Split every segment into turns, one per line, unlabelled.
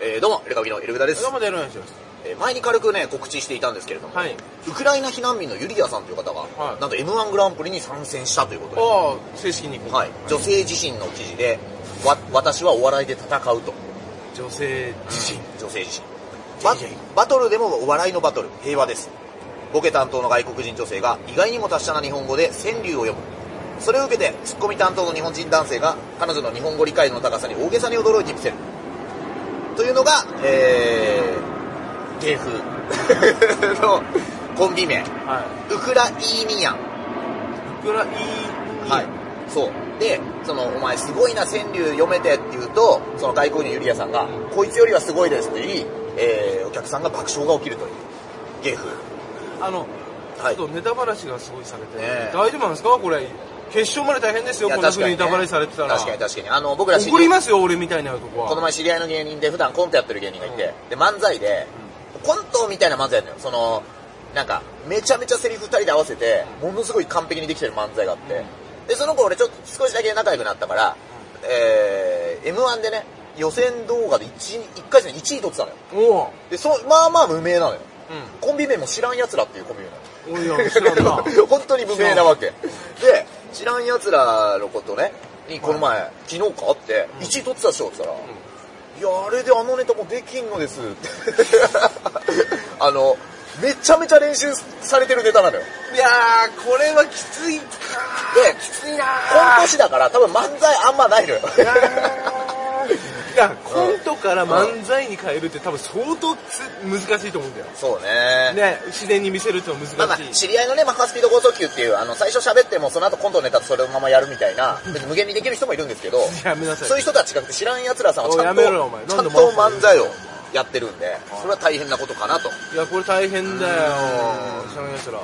えーどうも、エルカビのエルグダです
どう。も出るんですよ。
えー前に軽くね、告知していたんですけれども、
はい。
ウクライナ避難民のユリアさんという方が、
はい
なんと M1 グランプリに参戦したということで、
おー正式に。
はい、女性自身の記事で、わ私はお笑いで戦うと。
女性自身。
女性自身バ
いやいや
バトルでもお笑いのバトル平和ですボケ担当の外国人女性が意外にも達者な日本語で川柳を読むそれを受けてツッコミ担当の日本人男性が彼女の日本語理解の高さに大げさに驚いてみせるというのがえー、芸風 のコンビ名
は
ウクライニアン
い。ウクライ
はい。そう。で、その、お前すごいな、川柳読めてって言うと、その外国人ユリアさんが、こいつよりはすごいですって言い、えー、お客さんが爆笑が起きるという、芸風。
あの、ちょ
は
っ
い。
とネタバラシがすごいされて、
ねえ
大丈夫なんですかこれ。決勝まで大変ですよ。こんな風にネタバラシされてたら。
確かに確かに。あの、僕ら知り
怒りますよ、俺みたいな男は。
この前知り合いの芸人で普段コントやってる芸人がいて、で、漫才で、コントみたいな漫才やるのよ。その、なんか、めちゃめちゃセリフ二人で合わせて、ものすごい完璧にできてる漫才があって、で、その子俺ちょっと少しだけ仲良くなったから、えー、M1 でね、予選動画で 1, 1回戦1位取ってたのよ。
お
で、そう、まあまあ無名なのよ。
う
コンビ名も知らん奴らっていうコンビ名なの。
ん。お いや、知らんな。
本当に無名なわけ。で、知らん奴らのことね、にこの前、昨日か会って、
うん
1位取ってたでしょって言ったら、いや、あれであのネタもできんのですって。 あの、めちゃめちゃ練習されてるネタなのよ。
いやー、これはきついか
で、
きついな
コント師だから多分漫才あんまないのよ。
いや、コントから漫才に変えるって多分相当つ難しいと思うんだよ。
そうね。
ね、自然に見せるってのは
まあま
難
あ
しい。、
知り合いのね、マッハスピード剛速球っていう、あの、最初喋っても、その後コントのネタとそれをままやるみたいな、別に無限にできる人もいるんですけど、
やめなさ い
そういう人とは違くて、知らん奴らさんはちゃん
おいやめろよお前
と、ちゃんと
なん
漫
で
才
漫才
をやってるんで、それは大変なことかなと。
いや、これ大変だよ
う。ん
知らない奴ら。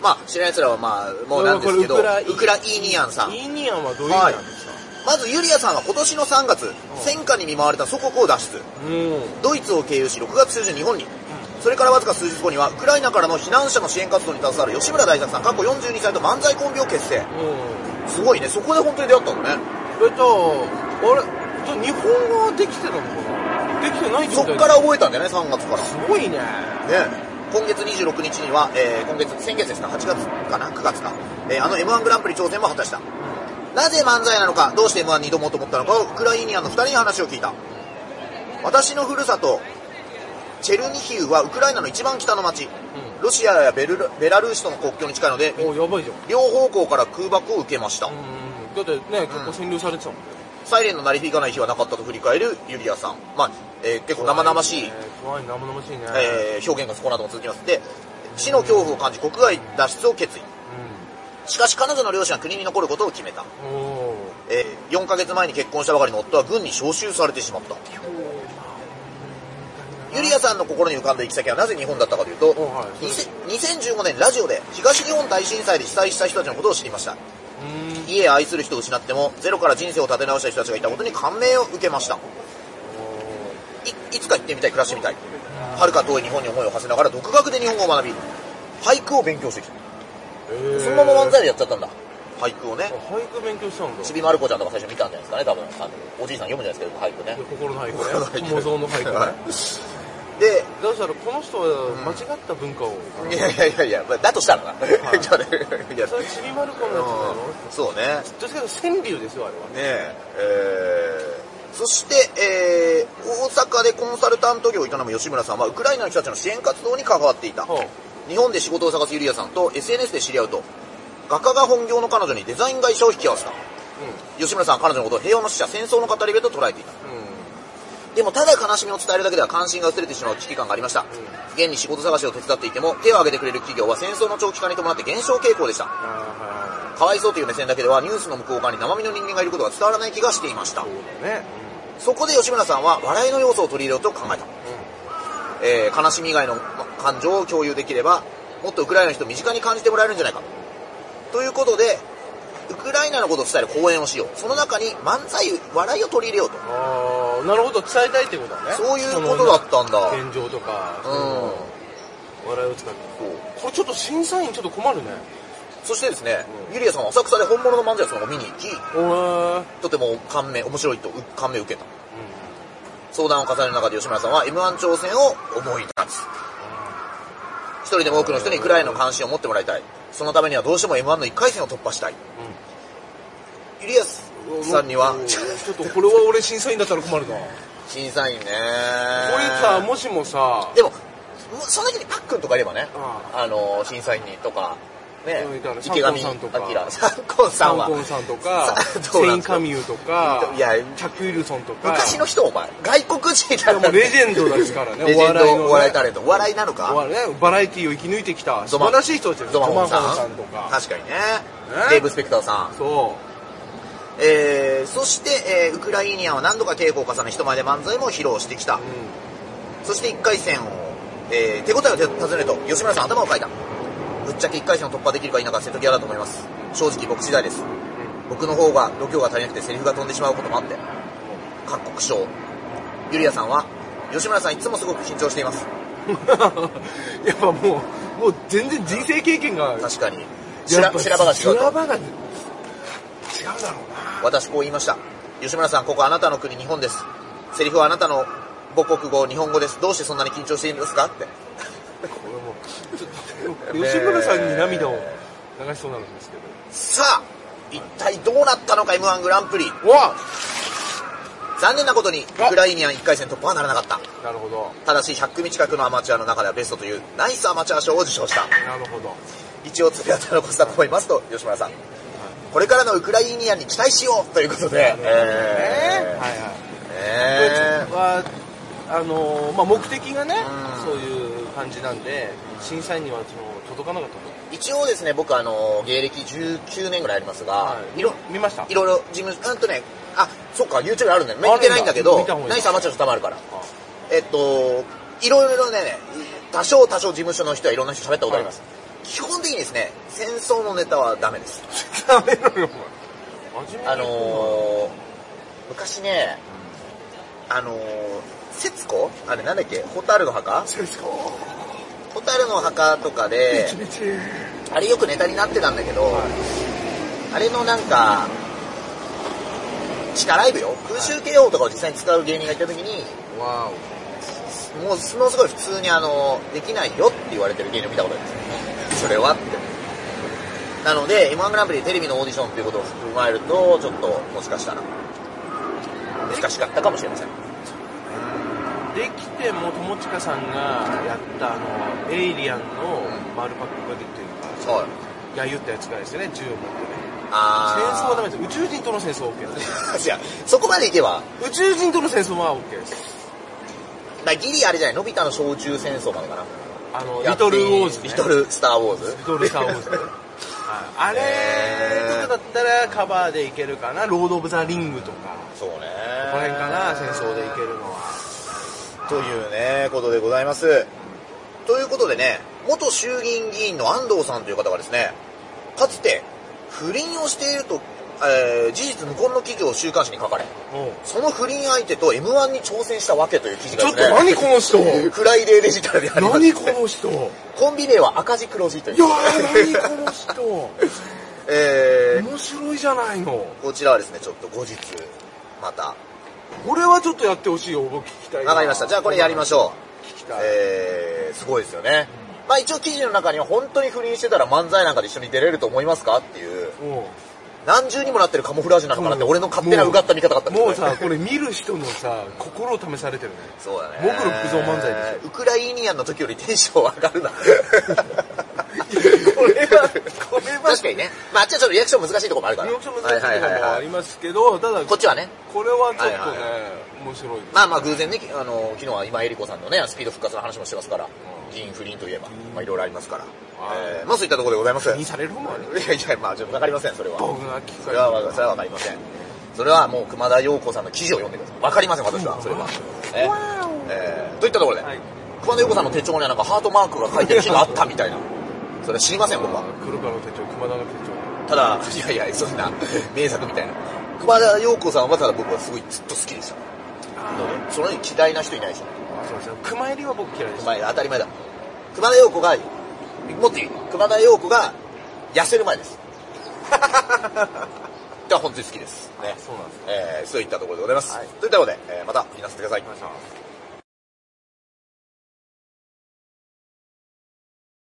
まあ、知らん奴らはまあ、もうなんですけど、
これウクライ
ウクライニアンさん。
イーニアンはどういう意味なんですか、
まず、ユリアさんは今年の3月、戦火に見舞われた祖国を脱出。
もう、
ドイツを経由し6月中旬日本に、それからわずか数日後にはウクライナからの避難者の支援活動に携わる吉村大作さん過去42歳と漫才コンビを結成
も
すごいねそこで本当に出会ったのね
う、えっと、あれ、じゃあ日本語はできてたのかなできてないって
そ
こ
っ
とだよね
から覚えたんだよね3月から
すごいね。
ね今月26日には、えー今月先月ですか8月かな9月か、えーあの m 1グランプリ挑戦も果たしたなぜ漫才なのかどうして m 1に挑もうと思ったのかをウクライニアンの2人に話を聞いた私のふるさとチェルニヒウはウクライナの一番北の町
う
ロシアやベルルベラルーシとの国境に近いので
おやばいじゃん。
両方向から空爆を受けました、
うん。だってね、結構占領されてたもんね。
サイレンの鳴り響かない日はなかったと振り返るユリアさん、まあえー結構生々しい、
怖いね。怖い、生々しいね。
えー表現がこの後も続きますで死の恐怖を感じ国外脱出を決意しかし彼女の両親は国に残ることを決めた、
うん。おー。
えー4ヶ月前に結婚したばかりの夫は軍に召集されてしまったユリアさんの心に浮かんだ行き先はなぜ日本だったかというと、
おはいそうです
2015年ラジオで東日本大震災で被災した人たちのことを知りました
うん。
家や愛する人を失ってもゼロから人生を立て直した人たちがいたことに感銘を受けましたいいつか行ってみたい暮らしてみたい遥か遠い日本に思いを馳せながら独学で日本語を学び俳句を勉強してきたそのまま漫才でやっちゃったんだ俳句をね
俳句勉強したんだ。
ちびまる子ちゃんとか最初見たんじゃないですかね多分あのおじいさん読むじゃないですかよく俳句ね
心の俳
心の俳
句
句
ね。模造の俳句ね。
はいで
だからこの人は間違った文化を、
いやいやいやいやまあだとしたらな、
い
ちょっとねいや
それちびまる子のやつだよ
うんそうね
どっちかというと川柳ですよあ
ね
れは
ええーそして、えー大阪でコンサルタント業を営む吉村さんはウクライナの人たちの支援活動に関わっていた、
は
日本で仕事を探すユリアさんと SNS で知り合うと画家が本業の彼女にデザイン会社を引き合わせた吉村さんは彼女のことを平和の使者戦争の語り部と捉えていた
うん
でもただ悲しみを伝えるだけでは関心が薄れてしまう危機感がありました、現に仕事探しを手伝っていても手を挙げてくれる企業は戦争の長期化に伴って減少傾向でした
あ
かわいそうという目線だけではニュースの向こう側に生身の人間がいることが伝わらない気がしていました
あそうだね
そこで吉村さんは笑いの要素を取り入れようと考えた、えー悲しみ以外のま感情を共有できればもっとウクライナの人を身近に感じてもらえるんじゃないかということでウクライナのことを伝える講演をしようその中に漫才笑いを取り入れようと
ああなるほど伝えたいってことだね
そういうことだったんだ
その現状とか
うん
その笑いを使って
そう
これちょっと審査員ちょっと困るね
そしてですね、
うん
ユリアさんは浅草で本物の漫才をその後見に行き
おえ
とても感銘面白いとう感銘を受けた相談を重ねる中で吉村さんは M1 挑戦を思い立つ。一人でも多くの人にくらいの関心を持ってもらいたい。そのためにはどうしても M1 の1回戦を突破したい。ユリアスさんには
う、ちょっとこれは俺審査員だったら困るな。こ
審査員ね。こ
れさ、もしもさ、
でも、その時にパックンとかいればね、
あ
あの、審査員にとか、ね
うんいたら、
池上
サンコンさんとか
彰、サンコン さ
サ
ん
ン
は
コ、ンさんとか、
さどう
セ
なん
イン
ですか
カミューとか、
いや
チャック・ウィルソンとか、
昔の人お前、外国人だ
いやもうレジェンドですからね、
レジェンド
ね
お笑いタレントお笑いなのか
お笑いねバラエティを生き抜いてきた、素晴らしい人たちです
ゾマホン
ゾマホン
さ
さ
ん
んとか。
確かにね
ね。
デーブ・スペクターさん。
そう。
えー、そして、えーウクライニアンは何度か稽古を重ね、人前で漫才も披露してきた。そして1回戦を、えー手応えを尋ねると、吉村さん頭をかいた。ぶっちゃけ1回戦を突破できるか否か瀬戸際だと思います。正直僕次第です。僕の方が度胸が足りなくてセリフが飛んでしまうこともあって。各国賞。ゆりやさんは、吉村さんいつもすごく緊張しています。
うん。やっぱもう、もう全然人生経験が、
確かに。し
や
ら
っぱ
白髪が違うと。
白髪が違うだろうな。
私こう言いました。吉村さん、ここあなたの国日本です。セリフはあなたの母国語、日本語です。どうしてそんなに緊張しているんですかって。
これもうちょっと吉村さんに涙を流しそうなんですけど。
さあ、一体どうなったのか M1 グランプリ。
うわ
残念なことに、ウクライニアン1回戦突破はならなかった。
なるほど。
ただし100組近くのアマチュアの中ではベストというナイスアマチュア賞を受賞した。
なるほど。
一応つぶやき残したと思いますと、吉村さん。これからのウクライニアンに期待しようということで。
ね
え
はいはい。
ーえー
はあのーまあ、目的がね、
うん
そういう感じなんで審査員にはその届かなかったと
一応ですね、僕あの、芸歴19年ぐらいありますが、
はい
いろ、
見ました
いろいろ事務所、うんとね、あ、そっか、YouTube あるんだよ。
あるんだ
見てないんだけど
見た方がい、い
ナイスアマチュアたまるから。えっと、いろいろね、多少多少事務所の人はいろんな人喋ったことあります。基本的にですね、戦争のネタはダメです。
ダメなのよお前真面目な
あのー、昔ね、あのー、節子あれなんだっけホタルの墓
そうですか
ホタルの墓とかで、
一日
あれよくネタになってたんだけど、あれのなんか、地下ライブよ。空襲警報とかを実際に使う芸人がいた時に、
わ
もう、ものすごい普通にあの、できないよって言われてる芸人を見たことありま す。それはって。なので、M1 グランプリテレビのオーディションっていうことを踏まえると、ちょっと、もしかしたら、難しかったかもしれません。
おできても友近さんがやったあのエイリアンの丸パクが出てるか
そう。
ら揶揄ったやつがですよね銃を持ってね戦争はダ
あ
メです宇宙人との戦争 は OK です
ー。じゃあそこまでいけば、
宇宙人との戦争は OK です
だからギリあれじゃない、のび太の小中戦争までかな。
あの
や
リ
ってい
ト
い
ルウォーズ、ね、
リトルスターウォーズ。
リトルサ ーウォーズねはいあれとかだったらカバーでいけるかな、ロード・オブ・ザ・リングとか、
そうね。
この辺かな、戦争でいけるのは。
というね、ことでございます。ということでね、元衆議院議員の安藤さんという方がですね、かつて不倫をしていると、えー事実無根の記事を週刊誌に書かれ、その不倫相手と M1 に挑戦したわけという記事
ち
が
ょ
で
っ
す
と
ね、
何この人
フライデーデジタルであります、
何この人 いや
コンビ名は赤字黒字という。
ー、何この人
えー
面白いじゃないの。
こちらはですね、ちょっと後日、また。
これはちょっとやってほしいよ、僕聞きたいな。
わかりました。じゃあこれやりましょう。
聞きたい。
えー、すごいですよね。まあ一応記事の中には本当に不倫してたら漫才なんかで一緒に出れると思いますかっていう、
も
何重にもなってるカモフラージュなのかなって
うん
俺の勝手なうがった見方だった
うん
ですね
もうさ、これ見る人のさ、心を試されてるね。
そうだね。
僕の不造漫才で
ウクライニアンの時よりテンション上がる な。
これは、これは
確、かにね。まああっちはちょっとリアクション難しいところもあるから。
リアクション難しいと
は
か
いはい
も
は
あ
い
り
はい
ますけど、ただ、
こっちはね。
これはちょっとね、
はいはい
面白いです。
まあまあ偶然ね、きあの、昨日は今江里子さんのね、スピード復活の話もしてますから、議員不倫といえば、まあいろいろありますから。えー、まあそういったところでございます。い
にされる方もある。
やいや、まあちょっとわかりません、それは。
僕が聞
それ
かれ
は
る。
わかそれはわかりません。それはもう熊田陽子さんの記事を読んでください。わかりません、私は。それは。ええーといったところで、
はい
熊田陽子さんの手帳にはなんかハートマークが書いてる日があったみたいな。それは知りません、僕は。
黒川の手帳、熊田の手帳。
ただ、 いやいや、そんな名作みたいな。熊田陽子さんはただ僕はすごいずっと好きでした。そのに嫌いな人いないでしょ。
そうですね。熊襟は僕嫌いで
お
した。
前当たり前だ。熊田陽子が、 もっといい。熊田陽子が痩せる前です。っては本当に好きです。ね。
そうなんですね
えーそういったところでございます。
はい
といったことで、えーまた、聞きなさってください。
お願いします